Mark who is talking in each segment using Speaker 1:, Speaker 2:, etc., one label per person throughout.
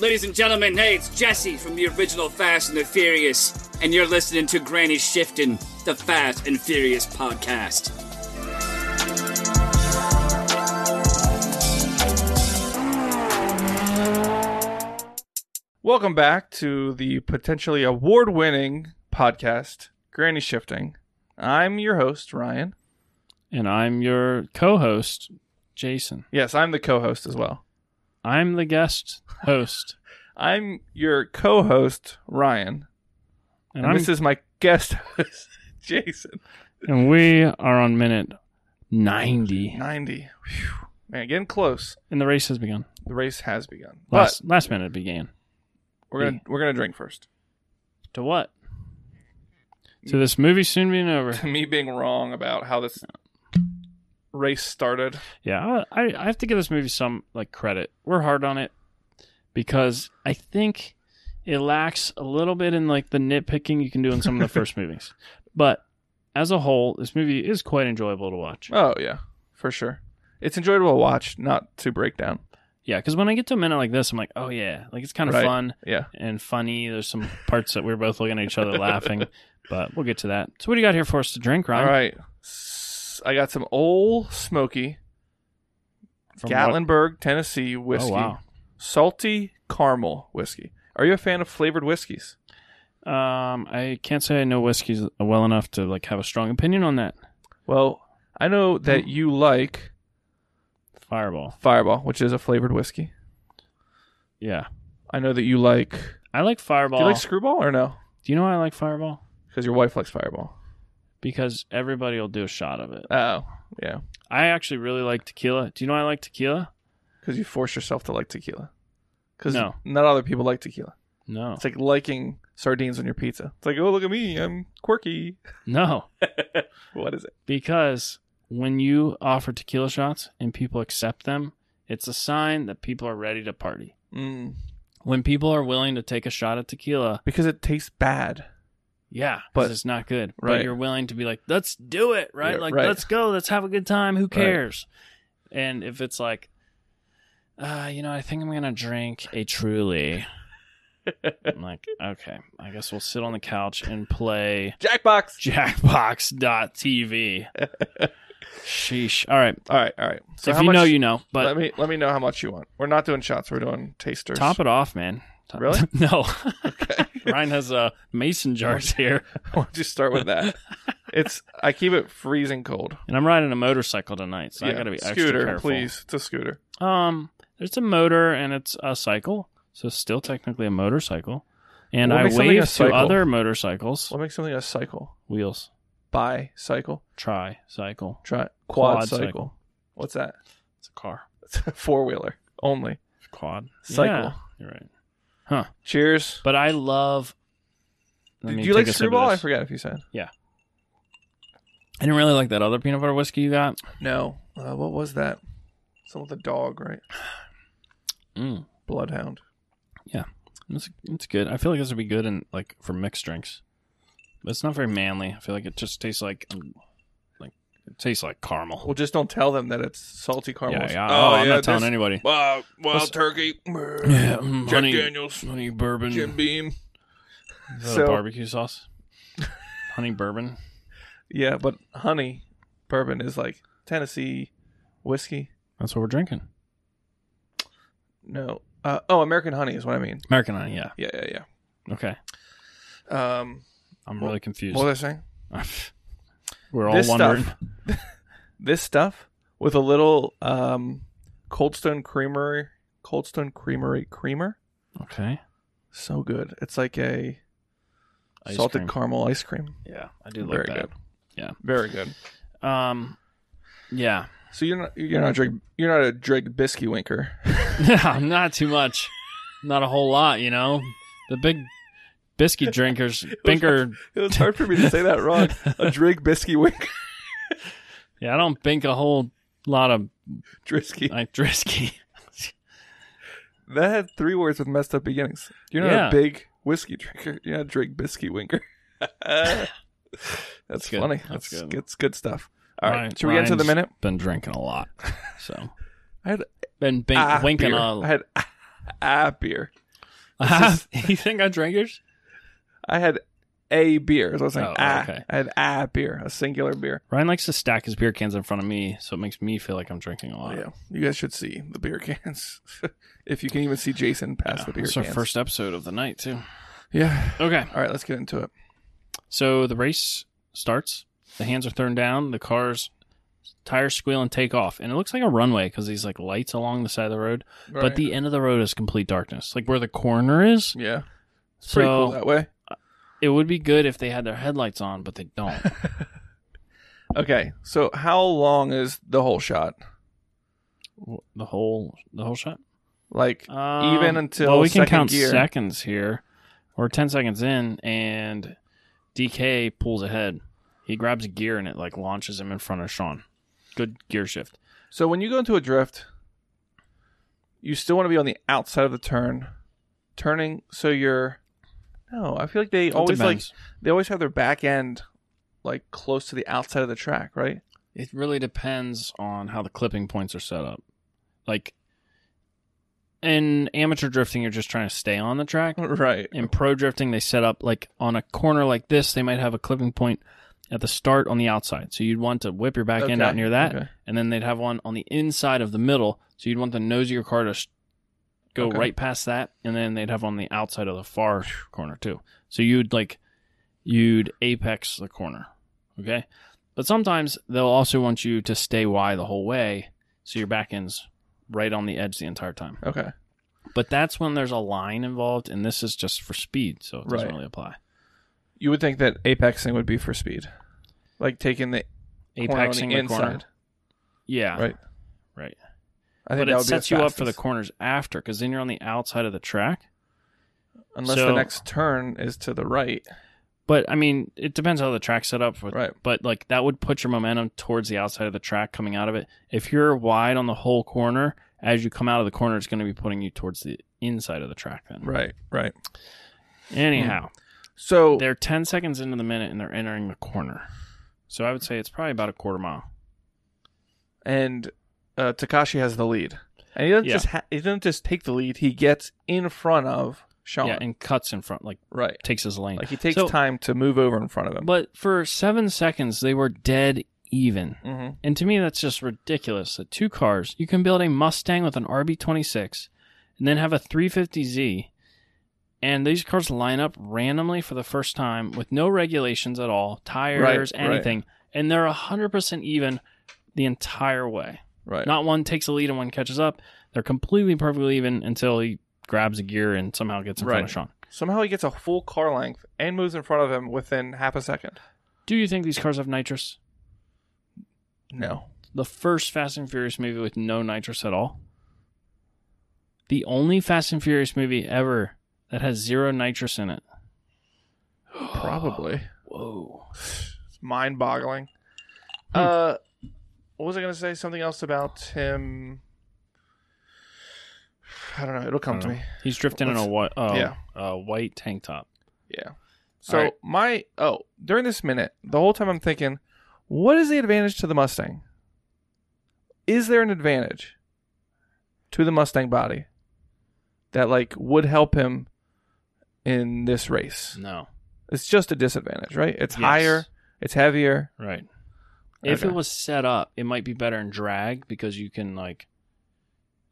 Speaker 1: Ladies and gentlemen, hey, it's Jesse from the original Fast and the Furious, and you're listening to Granny Shifting, the Fast and Furious podcast.
Speaker 2: Welcome back to the potentially award winning podcast, Granny Shifting. I'm your host, Ryan.
Speaker 3: And I'm your co host, Jason.
Speaker 2: Yes, I'm the co host as well.
Speaker 3: I'm the guest host.
Speaker 2: I'm your co host, Ryan.
Speaker 3: And,
Speaker 2: And,
Speaker 3: I'm,
Speaker 2: this is my guest host, Jason.
Speaker 3: and we are on minute 90.
Speaker 2: 90. Phew. Man, getting close.
Speaker 3: And the race has begun.
Speaker 2: The race has begun.
Speaker 3: Last, last minute began.
Speaker 2: but we're gonna we're gonna drink first.
Speaker 3: To what? To this movie soon being over.
Speaker 2: To me being wrong about how this race started.
Speaker 3: Yeah, I, I- I have to give this movie some like credit. We're hard on it because I think it lacks a little bit in like the nitpicking you can do in some of the first movies. But as a whole, this movie is quite enjoyable to watch.
Speaker 2: Oh yeah, for sure. It's enjoyable to watch, not to break down.
Speaker 3: Yeah, because when I get to a minute like this, I'm like, oh yeah, like it's kind of
Speaker 2: Right.
Speaker 3: fun
Speaker 2: Yeah.
Speaker 3: and funny. There's some parts that we're both looking at each other laughing, but we'll get to that. So what do you got here for us to drink, Ryan?
Speaker 2: All right. S- I got some old smoky
Speaker 3: From what-
Speaker 2: Gatlinburg, Tennessee whiskey.
Speaker 3: Oh wow.
Speaker 2: Salty caramel whiskey. Are you a fan of flavored whiskeys?
Speaker 3: Um, I can't say I know whiskeys well enough to like have a strong opinion on that.
Speaker 2: Well, I know that you like
Speaker 3: Fireball.
Speaker 2: Fireball, which is a flavored whiskey.
Speaker 3: Yeah,
Speaker 2: I know that you like.
Speaker 3: I like Fireball.
Speaker 2: Do you like Screwball or no?
Speaker 3: Do you know why I like Fireball?
Speaker 2: Because your wife likes Fireball.
Speaker 3: Because everybody will do a shot of it.
Speaker 2: Oh, yeah.
Speaker 3: I actually really like tequila. Do you know why I like tequila?
Speaker 2: Because you force yourself to like tequila. Because
Speaker 3: No.
Speaker 2: not other people like tequila.
Speaker 3: No.
Speaker 2: It's like liking sardines on your pizza. It's like, oh, look at me. I'm quirky.
Speaker 3: No.
Speaker 2: What is it?
Speaker 3: Because when you offer tequila shots and people accept them, it's a sign that people are ready to party.
Speaker 2: Mm.
Speaker 3: When people are willing to take a shot at tequila,
Speaker 2: Because it tastes bad.
Speaker 3: yeah,
Speaker 2: But-
Speaker 3: but it's not good.
Speaker 2: right.
Speaker 3: But you're willing to be like, let's do it, right?
Speaker 2: Yeah,
Speaker 3: like,
Speaker 2: right.
Speaker 3: let's go, let's have a good time. Who cares? And if it's like, uh, you know, I think I'm gonna drink a truly. I'm like, okay, I guess we'll sit on the couch and play
Speaker 2: Jackbox.
Speaker 3: Jackbox.tv. Sheesh. All right.
Speaker 2: All right, all right. So
Speaker 3: if
Speaker 2: how
Speaker 3: you
Speaker 2: much,
Speaker 3: know, you know. But
Speaker 2: let me let me know how much you want. We're not doing shots. We're doing tasters.
Speaker 3: top it off, man. Top-
Speaker 2: Really?
Speaker 3: no.
Speaker 2: Okay.
Speaker 3: Ryan has uh, mason jars here,
Speaker 2: Why don't you start with that? it's I keep it freezing cold.
Speaker 3: and I'm riding a motorcycle tonight, so I got to be extra
Speaker 2: scooter,
Speaker 3: careful.
Speaker 2: please. It's a scooter.
Speaker 3: Um, there's a motor and it's a cycle, so still technically a motorcycle. And
Speaker 2: What
Speaker 3: I
Speaker 2: makes something a
Speaker 3: wave to
Speaker 2: cycle?
Speaker 3: other motorcycles,
Speaker 2: What makes something a cycle?
Speaker 3: wheels,
Speaker 2: Bicycle,
Speaker 3: tricycle.
Speaker 2: tri- quad,
Speaker 3: Quad
Speaker 2: cycle.
Speaker 3: cycle.
Speaker 2: What's that?
Speaker 3: It's a car,
Speaker 2: It's a four wheeler only.
Speaker 3: it's a quad,
Speaker 2: Cycle.
Speaker 3: Yeah, you're right.
Speaker 2: Cheers.
Speaker 3: But I love. Let
Speaker 2: Do
Speaker 3: me
Speaker 2: you like
Speaker 3: take a sip of
Speaker 2: screwball? I
Speaker 3: this.
Speaker 2: forgot if you said
Speaker 3: I didn't really like that other peanut butter whiskey you got.
Speaker 2: no. Uh, what was that? Some with a dog, right?
Speaker 3: Mm,
Speaker 2: Bloodhound.
Speaker 3: it's, it's good. I feel like this would be good in like for mixed drinks, but it's not very manly. I feel like it just tastes like um, like it tastes like caramel.
Speaker 2: Well, just don't tell them that it's salty caramel.
Speaker 3: Yeah, yeah. Oh, I'm not telling
Speaker 2: this-
Speaker 3: anybody.
Speaker 2: Wow, wild
Speaker 3: Let's-
Speaker 2: turkey.
Speaker 3: Yeah, mm,
Speaker 2: Jack
Speaker 3: honey,
Speaker 2: Daniels.
Speaker 3: honey bourbon,
Speaker 2: Jim Beam.
Speaker 3: Is that
Speaker 2: So-
Speaker 3: a barbecue sauce, honey bourbon.
Speaker 2: Yeah, but honey bourbon is like Tennessee whiskey.
Speaker 3: That's what we're drinking.
Speaker 2: No. Uh, oh, American honey is what I mean.
Speaker 3: American honey, yeah.
Speaker 2: Yeah, yeah,
Speaker 3: Okay,
Speaker 2: yeah. Um,
Speaker 3: I'm
Speaker 2: Well-
Speaker 3: really confused.
Speaker 2: what was I saying?
Speaker 3: we're all
Speaker 2: this
Speaker 3: wondering.
Speaker 2: stuff. This stuff with a little um, Cold Stone Creamery, Cold Stone Creamery creamer.
Speaker 3: Okay,
Speaker 2: So good. It's like a
Speaker 3: Ice
Speaker 2: salted
Speaker 3: cream.
Speaker 2: caramel ice cream.
Speaker 3: yeah, I do
Speaker 2: Very
Speaker 3: like that.
Speaker 2: good.
Speaker 3: Yeah.
Speaker 2: Very good.
Speaker 3: Um, yeah,
Speaker 2: So you're not you're not a drink you're not a drink biscuit winker.
Speaker 3: not too much, not a whole lot, you know. The big biscuit drinkers, binker.
Speaker 2: It was hard for me to say that wrong. A drink biscuit winker.
Speaker 3: Yeah, I don't bink a whole lot of
Speaker 2: Drisky.
Speaker 3: like Drisky.
Speaker 2: That had three words with messed up beginnings. You're not
Speaker 3: Yeah.
Speaker 2: a big whiskey drinker. You're not a drink biscuit winker. That's,
Speaker 3: good.
Speaker 2: funny. That's,
Speaker 3: That's
Speaker 2: good.
Speaker 3: good.
Speaker 2: It's good stuff. All right.
Speaker 3: Ryan-
Speaker 2: Should we get into the
Speaker 3: Ryan's
Speaker 2: minute?
Speaker 3: Been drinking a lot, so
Speaker 2: I had
Speaker 3: been bink,
Speaker 2: ah,
Speaker 3: winking
Speaker 2: beer.
Speaker 3: a
Speaker 2: I had ah, ah beer.
Speaker 3: you think I drank yours?
Speaker 2: I had a beer. So I was saying,
Speaker 3: Oh,
Speaker 2: ah,
Speaker 3: okay.
Speaker 2: I had a beer, a singular beer.
Speaker 3: Ryan likes to stack his beer cans in front of me, so it makes me feel like I'm drinking a lot.
Speaker 2: Oh, yeah, you guys should see the beer cans. if you can even see Jason past the beer
Speaker 3: It's our
Speaker 2: cans.
Speaker 3: first episode of the night too.
Speaker 2: Yeah.
Speaker 3: Okay,
Speaker 2: All right, let's get into it.
Speaker 3: so the race starts. The hands are thrown down. The cars tires squeal and take off, and it looks like a runway because these like lights along the side of the road. But
Speaker 2: Right.
Speaker 3: the end of the road is complete darkness, like where the corner is.
Speaker 2: yeah, it's
Speaker 3: So
Speaker 2: pretty cool that way.
Speaker 3: it would be good if they had their headlights on, but they don't.
Speaker 2: Okay, so how long is the whole shot?
Speaker 3: W- the whole the whole shot.
Speaker 2: Like
Speaker 3: Um,
Speaker 2: Even until
Speaker 3: well, we can
Speaker 2: second
Speaker 3: count
Speaker 2: gear.
Speaker 3: seconds here. We're ten seconds in, and DK pulls ahead. He grabs a gear and it like launches him in front of Sean. Good gear shift.
Speaker 2: So when you go into a drift, you still want to be on the outside of the turn, turning. So you're no. I feel like they
Speaker 3: It
Speaker 2: always
Speaker 3: depends.
Speaker 2: like they always have their back end like close to the outside of the track, right?
Speaker 3: it really depends on how the clipping points are set up. Like in amateur drifting, you're just trying to stay on the track.
Speaker 2: Right.
Speaker 3: in pro drifting they set up like on a corner like this they might have a clipping point at the start on the outside so you'd want to whip your back end
Speaker 2: Okay,
Speaker 3: out near that
Speaker 2: okay.
Speaker 3: and then they'd have one on the inside of the middle so you'd want the nose of your car to sh- go
Speaker 2: Okay.
Speaker 3: right past that and then they'd have on the outside of the far corner too so you'd like you'd apex the corner okay but sometimes they'll also want you to stay Y the whole way so your back end's right on the edge the entire time
Speaker 2: Okay.
Speaker 3: but that's when there's a line involved, and this is just for speed, so it doesn't
Speaker 2: Right.
Speaker 3: really apply.
Speaker 2: You would think that apexing would be for speed, like taking the corner on the
Speaker 3: Apexing the,
Speaker 2: inside,
Speaker 3: corner, yeah,
Speaker 2: right?
Speaker 3: right.
Speaker 2: I think
Speaker 3: But
Speaker 2: that
Speaker 3: it
Speaker 2: would
Speaker 3: sets
Speaker 2: be
Speaker 3: you
Speaker 2: the
Speaker 3: up for the
Speaker 2: fastest.
Speaker 3: corners after, because then you're on the outside of the track.
Speaker 2: unless
Speaker 3: so-
Speaker 2: the next turn is to the right,
Speaker 3: But I mean, it depends how the track's set up. With,
Speaker 2: right?
Speaker 3: But like that would put your momentum towards the outside of the track coming out of it. If you're wide on the whole corner, as you come out of the corner, it's going to be putting you towards the inside of the track. Then,
Speaker 2: Right. Mm. Right.
Speaker 3: anyhow,
Speaker 2: So
Speaker 3: they're ten seconds into the minute and they're entering the corner. So I would say it's probably about a quarter mile.
Speaker 2: and uh, Takashi has the lead, and he doesn't
Speaker 3: Yeah.
Speaker 2: just ha- he doesn't just take the lead. He gets in front of Sean,
Speaker 3: Yeah, and cuts in front, like
Speaker 2: right?
Speaker 3: takes his lane.
Speaker 2: Like he takes
Speaker 3: So-
Speaker 2: time to move over in front of him.
Speaker 3: But for seven seconds, they were dead even.
Speaker 2: hmm
Speaker 3: And to me, that's just ridiculous. That two cars, you can build a Mustang with an RB26 and then have a 350Z. And these cars line up randomly for the first time with no regulations at all, tires,
Speaker 2: right.
Speaker 3: anything. And they're 100% even the entire way.
Speaker 2: Right.
Speaker 3: Not one takes a lead and one catches up. They're completely perfectly even until he grabs a gear and somehow gets in front of
Speaker 2: Right.
Speaker 3: Sean.
Speaker 2: Somehow he gets a full car length and moves in front of him within half a second.
Speaker 3: Do you think these cars have nitrous?
Speaker 2: No.
Speaker 3: the first Fast and Furious movie with no nitrous at all. The only Fast and Furious movie ever that has zero nitrous in it.
Speaker 2: Probably.
Speaker 3: Whoa. Hmm.
Speaker 2: It's mind boggling. Uh what was I gonna say? Something else about him I don't know, it'll come
Speaker 3: I don't
Speaker 2: to
Speaker 3: know.
Speaker 2: me.
Speaker 3: He's drifting in a
Speaker 2: Let's-
Speaker 3: white, uh,
Speaker 2: yeah.
Speaker 3: a white tank top.
Speaker 2: Yeah. So
Speaker 3: right.
Speaker 2: my oh, during this minute, the whole time I'm thinking, what is the advantage to the Mustang? Is there an advantage to the Mustang body that like would help him in this race?
Speaker 3: No.
Speaker 2: It's just a disadvantage, right? It's
Speaker 3: Mm. Yes.
Speaker 2: higher, it's heavier.
Speaker 3: Right. If it
Speaker 2: Okay.
Speaker 3: was set up, it might be better in drag because you can like,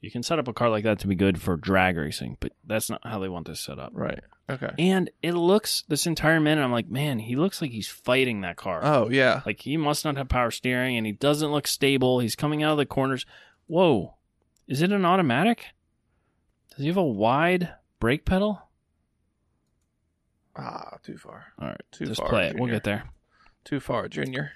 Speaker 3: you can set up a car like that to be good for drag racing, but that's not how they want this set up.
Speaker 2: Right. Okay.
Speaker 3: And it looks this entire minute, I'm like, man, he looks like he's fighting that car.
Speaker 2: Oh yeah.
Speaker 3: Like he must not have power steering and he doesn't look stable. He's coming out of the corners. Whoa. Is it an automatic? Does he have a wide brake pedal?
Speaker 2: Ah, too far.
Speaker 3: All right.
Speaker 2: Too
Speaker 3: just
Speaker 2: far,
Speaker 3: play it. We'll
Speaker 2: Junior.
Speaker 3: get there.
Speaker 2: Too far, Junior.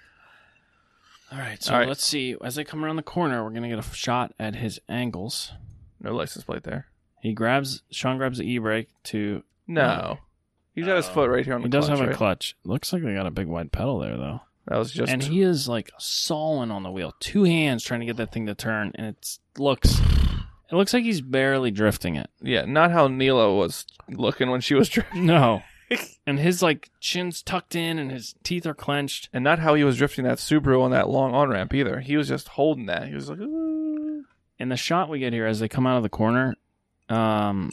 Speaker 3: All right. So
Speaker 2: All right.
Speaker 3: let's see. As they come around the corner, we're going to get a shot at his angles.
Speaker 2: No license plate there.
Speaker 3: He grabs, Sean grabs the e brake to,
Speaker 2: No. He's got his
Speaker 3: Oh.
Speaker 2: foot right here on the
Speaker 3: he does
Speaker 2: clutch,
Speaker 3: have a
Speaker 2: right?
Speaker 3: clutch. Looks like they got a big wide pedal there, though.
Speaker 2: That was just
Speaker 3: and he is like sawing on the wheel, two hands trying to get that thing to turn. And it looks, it looks like he's barely drifting it.
Speaker 2: Yeah, not how Nilo was looking when she was drifting,
Speaker 3: No. and his like chin's tucked in and his teeth are clenched.
Speaker 2: and not how he was drifting that Subaru on that long on ramp either. He was just holding that. He was like, Ooh.
Speaker 3: And the shot we get here as they come out of the corner, um,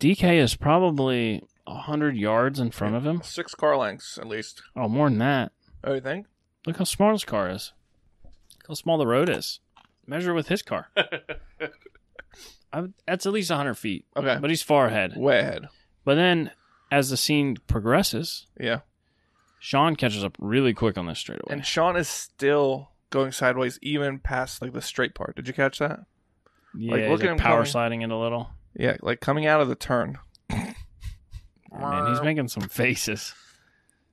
Speaker 3: DK is probably hundred yards in front of him.
Speaker 2: Six car lengths at least.
Speaker 3: Oh, more than that.
Speaker 2: Oh, you think?
Speaker 3: Look how small his car is. Look how small the road is. Measure with his car. I, would- that's at least hundred feet,
Speaker 2: Okay.
Speaker 3: but he's far ahead.
Speaker 2: Way ahead.
Speaker 3: But then, as the scene progresses,
Speaker 2: Yeah.
Speaker 3: Sean catches up really quick on this straightaway.
Speaker 2: And Sean is still going sideways, even past like the straight part. Did you catch that?
Speaker 3: yeah,
Speaker 2: like,
Speaker 3: he's,
Speaker 2: look at
Speaker 3: like,
Speaker 2: him
Speaker 3: power
Speaker 2: coming.
Speaker 3: sliding it a little.
Speaker 2: Yeah, like coming out of the turn.
Speaker 3: Man, he's making some faces.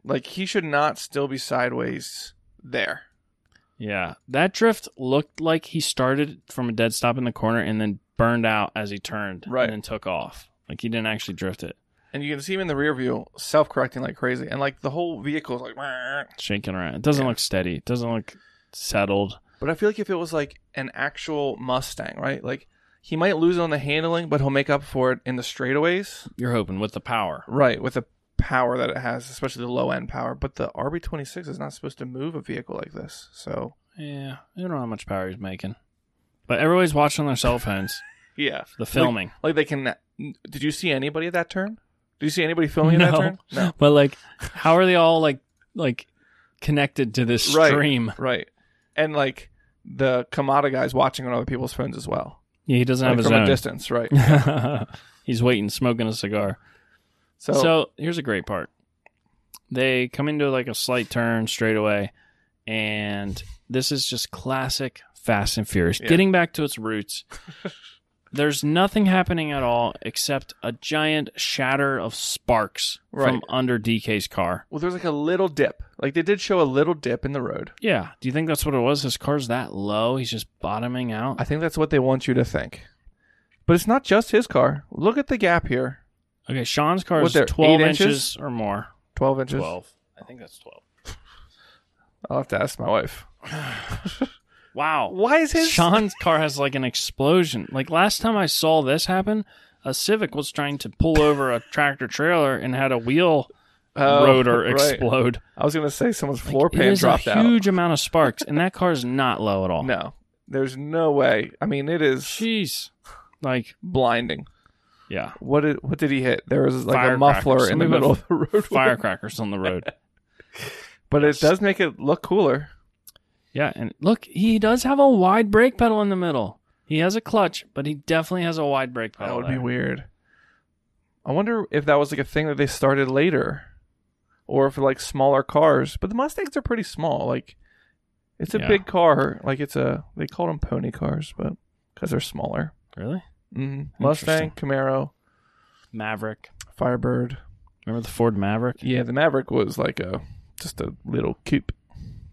Speaker 2: Like he should not still be sideways there.
Speaker 3: Yeah, that drift looked like he started from a dead stop in the corner and then burned out as he turned,
Speaker 2: Right.
Speaker 3: And then took off. Like he didn't actually drift it,
Speaker 2: And you can see him in the rear view self-correcting like crazy, and like the whole vehicle is like. "Wah."
Speaker 3: shaking around. It doesn't
Speaker 2: Yeah.
Speaker 3: look steady. It doesn't look settled.
Speaker 2: But I feel like if it was like an actual Mustang, right? Like he might lose on the handling, but he'll make up for it in the straightaways.
Speaker 3: You're hoping with the power.
Speaker 2: Right, with the power that it has, especially the low end power. But the RB26 is not supposed to move a vehicle like this. So,
Speaker 3: Yeah, I don't know how much power he's making, but everybody's watching their cell phones.
Speaker 2: yeah.
Speaker 3: The filming,
Speaker 2: Like they can. Did you see anybody at that turn? Did you see anybody filming at that
Speaker 3: No.
Speaker 2: turn? No.
Speaker 3: but like, how are they all like like connected to this
Speaker 2: Right.
Speaker 3: stream?
Speaker 2: Right. And like the Kamada guy's watching on other people's phones as well.
Speaker 3: Yeah, he doesn't
Speaker 2: Like,
Speaker 3: have his
Speaker 2: from a
Speaker 3: own.
Speaker 2: distance, right?
Speaker 3: he's waiting, smoking a cigar.
Speaker 2: So,
Speaker 3: So here's a great part. They come into like a slight turn straight away, and this is just classic Fast and Furious.
Speaker 2: Yeah.
Speaker 3: Getting back to its roots, there's nothing happening at all except a giant shatter of sparks
Speaker 2: Right.
Speaker 3: from under DK's car.
Speaker 2: well, there's like a little dip. Like they did show a little dip in the road.
Speaker 3: Yeah. Do you think that's what it was? His car's that low. He's just bottoming out.
Speaker 2: I think that's what they want you to think. But it's not just his car. Look at the gap here
Speaker 3: Okay. Sean's car
Speaker 2: What,
Speaker 3: is
Speaker 2: they're
Speaker 3: 12
Speaker 2: eight
Speaker 3: inches?
Speaker 2: inches?
Speaker 3: or more.
Speaker 2: 12 inches.
Speaker 3: 12. I think that's 12.
Speaker 2: I'll have to ask my wife.
Speaker 3: Wow.
Speaker 2: Why is his.
Speaker 3: Sean's car has like an explosion. Like last time I saw this happen, a Civic was trying to pull over a tractor trailer and had a wheel
Speaker 2: Oh,
Speaker 3: rotor
Speaker 2: right.
Speaker 3: explode.
Speaker 2: I was going to say someone's floor
Speaker 3: it
Speaker 2: pan
Speaker 3: is
Speaker 2: dropped
Speaker 3: a
Speaker 2: out.
Speaker 3: huge amount of sparks, and that car is not low at all.
Speaker 2: No, there's no way. I mean, it is
Speaker 3: Jeez. Like,
Speaker 2: blinding.
Speaker 3: yeah,
Speaker 2: What did what did he hit? There was like
Speaker 3: Firecracker.
Speaker 2: a muffler in the
Speaker 3: Somebody
Speaker 2: middle
Speaker 3: put
Speaker 2: of the roadway.
Speaker 3: firecrackers on the road.
Speaker 2: but it does make it look cooler.
Speaker 3: Yeah, and look, he does have a wide brake pedal in the middle. He has a clutch, but he definitely has a wide brake pedal.
Speaker 2: That would be
Speaker 3: there.
Speaker 2: weird. I wonder if that was like a thing that they started later, or if like smaller cars. But the Mustangs are pretty small. Like it's a
Speaker 3: Yeah.
Speaker 2: big car. Like it's a they call them pony cars, but because they're smaller.
Speaker 3: Really?
Speaker 2: Mhm. Mustang, Camaro,
Speaker 3: Maverick.
Speaker 2: Firebird.
Speaker 3: Remember the Ford Maverick?
Speaker 2: Yeah, the Maverick was like a just a little coupe.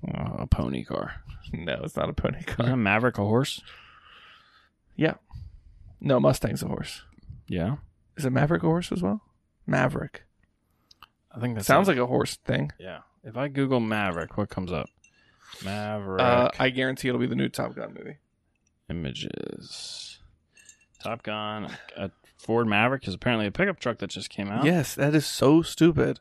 Speaker 3: Oh, a pony car.
Speaker 2: No, it's not a pony car.
Speaker 3: Isn't a Maverick a horse?
Speaker 2: Yeah. No, Mustang's a horse.
Speaker 3: Yeah.
Speaker 2: Is it Maverick a horse as well? Maverick.
Speaker 3: I think that
Speaker 2: Sounds like a horse thing.
Speaker 3: Yeah. If I Google Maverick, what comes up? Maverick
Speaker 2: Uh, I guarantee it'll be the new Top Gun movie.
Speaker 3: images. Top Gun. A Ford Maverick is apparently a pickup truck that just came out.
Speaker 2: Yes, that is so stupid.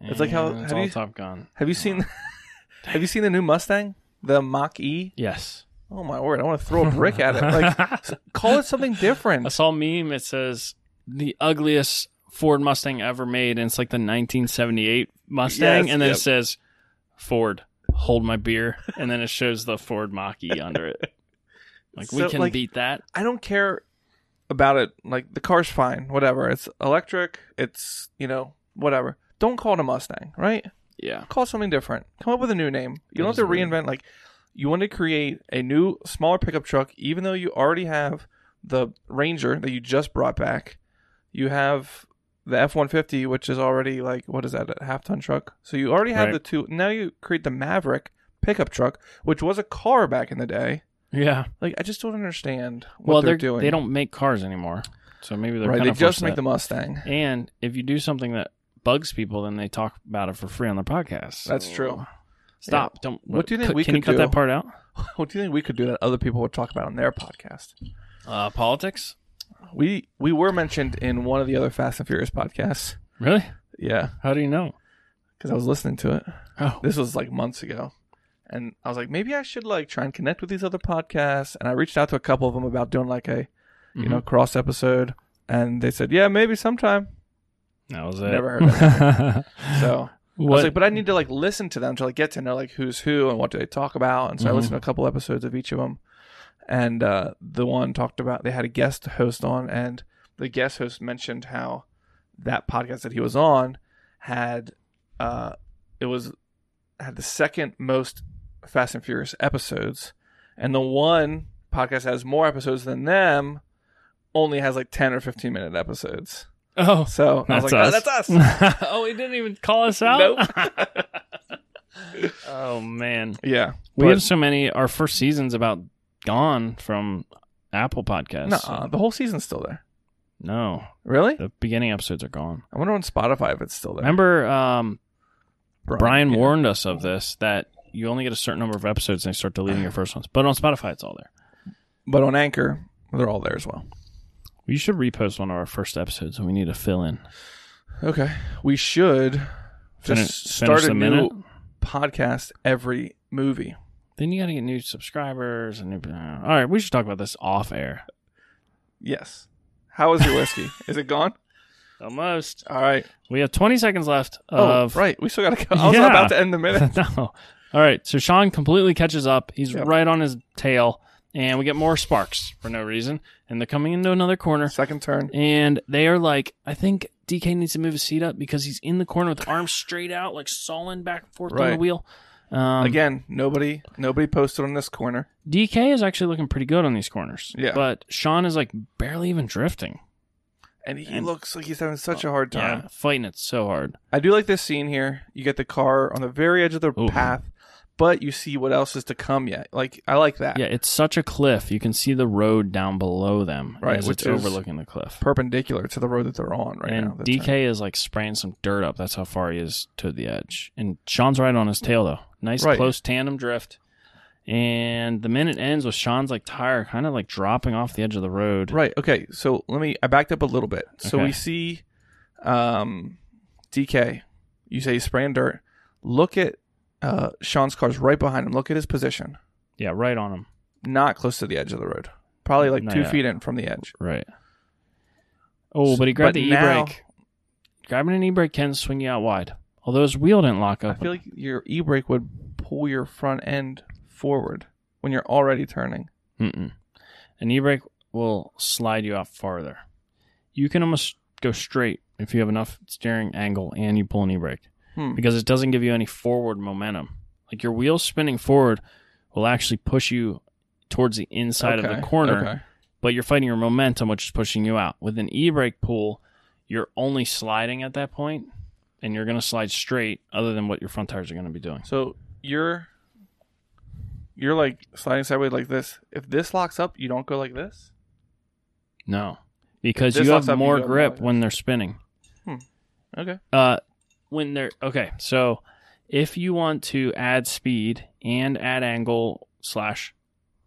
Speaker 3: And
Speaker 2: It's like how- have
Speaker 3: it's all
Speaker 2: you-
Speaker 3: Top Gun.
Speaker 2: Have you seen Have you seen the new Mustang? The Mach E?
Speaker 3: Yes.
Speaker 2: Oh my word, I want to throw a brick at it. Like s- call it something
Speaker 3: I
Speaker 2: different.
Speaker 3: saw a meme. It says the ugliest Ford Mustang ever made, and it's like the 1978 Mustang,
Speaker 2: Yes,
Speaker 3: and then
Speaker 2: yep.
Speaker 3: it says Ford. Hold my beer, and then it shows the Ford Mach E under it. Like
Speaker 2: So,
Speaker 3: we can
Speaker 2: like-
Speaker 3: beat that.
Speaker 2: I don't care about it. Like the car's fine, whatever. It's electric, it's, you know, whatever. Don't call it a Mustang, right?
Speaker 3: Yeah.
Speaker 2: call it something different. Come up with a new name. You
Speaker 3: That
Speaker 2: don't have
Speaker 3: is
Speaker 2: to
Speaker 3: weird.
Speaker 2: reinvent. Like, you want to create a new, smaller pickup truck, even though you already have the Ranger that you just brought back. You have the F one fifty, which is already like what is that, a half ton truck? So you already have
Speaker 3: Right.
Speaker 2: the two. Now you create the Maverick pickup truck, which was a car back in the day.
Speaker 3: Yeah.
Speaker 2: Like, I just don't understand what
Speaker 3: well,
Speaker 2: they're,
Speaker 3: they're,
Speaker 2: doing.
Speaker 3: They don't make cars anymore, so maybe they're
Speaker 2: right.
Speaker 3: Kind
Speaker 2: They
Speaker 3: of
Speaker 2: just
Speaker 3: forced
Speaker 2: make the
Speaker 3: that.
Speaker 2: Mustang.
Speaker 3: And if you do something that bugs people, then they talk about it for free on their podcast.
Speaker 2: That's
Speaker 3: So
Speaker 2: true.
Speaker 3: Stop. Don't.
Speaker 2: What do you think
Speaker 3: cut-
Speaker 2: we
Speaker 3: can you
Speaker 2: could
Speaker 3: cut that
Speaker 2: do?
Speaker 3: part out?
Speaker 2: what do you think we could do that other people would talk about on their podcast?
Speaker 3: Uh, politics.
Speaker 2: We we were mentioned in one of the other Fast and Furious podcasts.
Speaker 3: Really?
Speaker 2: Yeah,
Speaker 3: How do you know?
Speaker 2: because I was listening to it.
Speaker 3: Oh,
Speaker 2: This was like months ago, and I was like, maybe I should like try and connect with these other podcasts. And I reached out to a couple of them about doing like a, you know, cross episode. and they said, "Yeah, maybe sometime."
Speaker 3: That was it.
Speaker 2: Never heard of
Speaker 3: that.
Speaker 2: So I
Speaker 3: what?
Speaker 2: was like, "But I need to like listen to them to like get to know like who's who and what do they talk about." And so I
Speaker 3: Mhm.
Speaker 2: listened to a couple episodes of each of them, and uh, the one talked about they had a guest host on, and the guest host mentioned how that podcast that he was on had uh, it was had the second most Fast and Furious episodes, and the one podcast that has more episodes than them only has like ten or fifteen minute episodes.
Speaker 3: oh,
Speaker 2: So I
Speaker 3: that's
Speaker 2: was like, "Oh,
Speaker 3: us.
Speaker 2: that's us.
Speaker 3: oh, he didn't even call us out. oh man,
Speaker 2: Yeah.
Speaker 3: we
Speaker 2: But-
Speaker 3: have so many. Our first season's about gone from Apple Podcasts.
Speaker 2: Nuh-uh, the whole season's still there.
Speaker 3: No,
Speaker 2: Really?
Speaker 3: the beginning episodes are gone.
Speaker 2: I wonder on Spotify if it's still there.
Speaker 3: Remember, um,
Speaker 2: Brian,
Speaker 3: Brian
Speaker 2: yeah.
Speaker 3: warned us of this that you only get a certain number of episodes and they start deleting your first ones. But on Spotify, it's all there.
Speaker 2: But on Anchor, they're all there as well.
Speaker 3: We should repost one of our first episodes and we need to fill in.
Speaker 2: Okay. We should
Speaker 3: Fini-
Speaker 2: just start
Speaker 3: the
Speaker 2: a new
Speaker 3: minute.
Speaker 2: podcast every movie.
Speaker 3: Then you got to get new subscribers and new. uh, All right, we should talk about this off air.
Speaker 2: Yes. How is your whiskey? is it gone?
Speaker 3: Almost.
Speaker 2: All right.
Speaker 3: We have 20 seconds left of.
Speaker 2: oh, right. We still got to go. I was
Speaker 3: Yeah.
Speaker 2: about to end the minute.
Speaker 3: no. All right. So Sean completely catches up. He's
Speaker 2: Yep.
Speaker 3: right on his tail, and we get more sparks for no reason. And they're coming into another corner,
Speaker 2: Second turn.
Speaker 3: and they are like, I think DK needs to move his seat up because he's in the corner with arms straight out, like sawing back and forth on the
Speaker 2: Right.
Speaker 3: wheel. Um,
Speaker 2: Again, nobody nobody posted on this corner.
Speaker 3: DK is actually looking pretty good on these corners.
Speaker 2: Yeah.
Speaker 3: But Sean is like barely even drifting.
Speaker 2: And he
Speaker 3: And-
Speaker 2: looks like he's having such a hard time.
Speaker 3: Yeah. Fighting it so hard.
Speaker 2: I do like this scene here. You get the car on the very edge of the
Speaker 3: Ooh.
Speaker 2: path, but you see what else is to come yet. Like I like that.
Speaker 3: Yeah. It's such a cliff. You can see the road down below them
Speaker 2: Right,
Speaker 3: as
Speaker 2: which
Speaker 3: it's
Speaker 2: is
Speaker 3: overlooking the cliff.
Speaker 2: Perpendicular to the road that they're on right
Speaker 3: and
Speaker 2: now. the
Speaker 3: DK
Speaker 2: turn.
Speaker 3: is like spraying some dirt up. That's how far he is to the edge. And Sean's right on his tail though. Nice
Speaker 2: Right.
Speaker 3: close tandem drift. And the minute ends with Sean's like tire kind of like dropping off the edge of the road.
Speaker 2: Right. Okay. So let me. I backed up a little bit. So
Speaker 3: Okay.
Speaker 2: we see, um, DK. You say he's spraying dirt. Look at uh, Sean's car's right behind him. Look at his position.
Speaker 3: Yeah, right on him.
Speaker 2: Not close to the edge of the road. Probably like
Speaker 3: Not
Speaker 2: two
Speaker 3: yet.
Speaker 2: feet in from the edge.
Speaker 3: Right. Oh, but he grabbed
Speaker 2: but
Speaker 3: the e
Speaker 2: now-
Speaker 3: brake. Grabbing an e brake can swing you out wide. Although his wheel didn't lock
Speaker 2: I
Speaker 3: up.
Speaker 2: feel like your e brake would pull your front end forward when you're already turning.
Speaker 3: Mm-mm. An e brake will slide you out farther. You can almost go straight if you have enough steering angle and you pull an e brake
Speaker 2: Hmm.
Speaker 3: because it doesn't give you any forward momentum. Like your wheel spinning forward will actually push you towards the inside of
Speaker 2: Okay,
Speaker 3: the corner,
Speaker 2: okay.
Speaker 3: but you're fighting your momentum, which is pushing you out. With an e brake pull, you're only sliding at that point and you're going to slide straight other than what your front tires are going to be doing.
Speaker 2: So you're you're like sliding sideways like this. If this locks up, you don't go like this.
Speaker 3: No, because
Speaker 2: This
Speaker 3: you
Speaker 2: locks
Speaker 3: have
Speaker 2: up, you
Speaker 3: more
Speaker 2: go
Speaker 3: grip
Speaker 2: like
Speaker 3: when they're spinning.
Speaker 2: Okay.
Speaker 3: uh when they're okay so if you want to add speed and add angle slash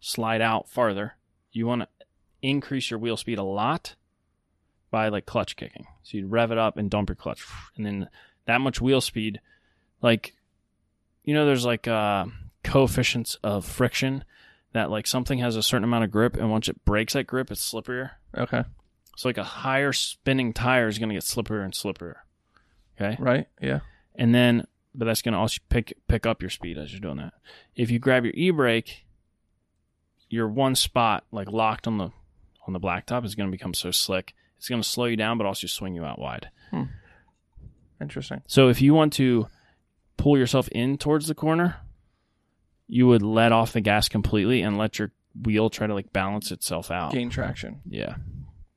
Speaker 3: slide out farther you want to increase your wheel speed a lot by like clutch kicking so you'd rev it up and dump your clutch and then that much wheel speed like you know there's like uh coefficients of friction that like something has a certain amount of grip and once it breaks that grip it's slipperier
Speaker 2: Okay.
Speaker 3: so like a higher spinning tire is going to get slipperier and slipperier okay
Speaker 2: Right. Yeah.
Speaker 3: and then but that's going to also pick pick up your speed as you're doing that. If you grab your e-brake, your one spot like locked on the on the blacktop is going to become so slick. It's going to slow you down but also swing you out wide.
Speaker 2: Interesting.
Speaker 3: So if you want to pull yourself in towards the corner, you would let off the gas completely and let your wheel try to like balance itself out.
Speaker 2: Gain traction.
Speaker 3: Yeah.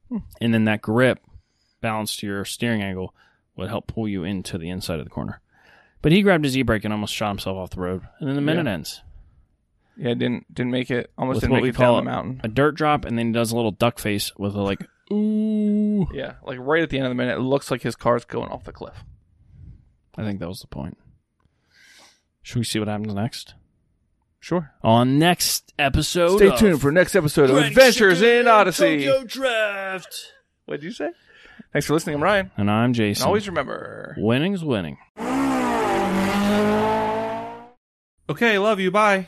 Speaker 2: Hmm.
Speaker 3: And then that grip balanced to your steering angle would help pull you into the inside of the corner. But he grabbed his e brake and almost shot himself off the road. And then the minute ends.
Speaker 2: Yeah. Didn't didn't make it. Almost
Speaker 3: With
Speaker 2: didn't
Speaker 3: what
Speaker 2: make
Speaker 3: we
Speaker 2: it down
Speaker 3: call
Speaker 2: the mountain.
Speaker 3: A dirt drop, and then he does a little duck face with a like, ooh.
Speaker 2: Yeah. Like right at the end of the minute, it looks like his car's going off the cliff.
Speaker 3: I think that was the point. Should we see what happens next?
Speaker 2: Sure.
Speaker 3: On next episode.
Speaker 2: Stay
Speaker 3: of
Speaker 2: tuned for next episode of
Speaker 3: Grand
Speaker 2: Adventures
Speaker 3: Chicken
Speaker 2: in Odyssey.
Speaker 3: Tokyo Drift.
Speaker 2: What'd you say? Thanks for listening. I'm Ryan.
Speaker 3: And I'm
Speaker 2: And
Speaker 3: Jason.
Speaker 2: always remember.
Speaker 3: Winning's winning.
Speaker 2: Okay. Love you. Bye.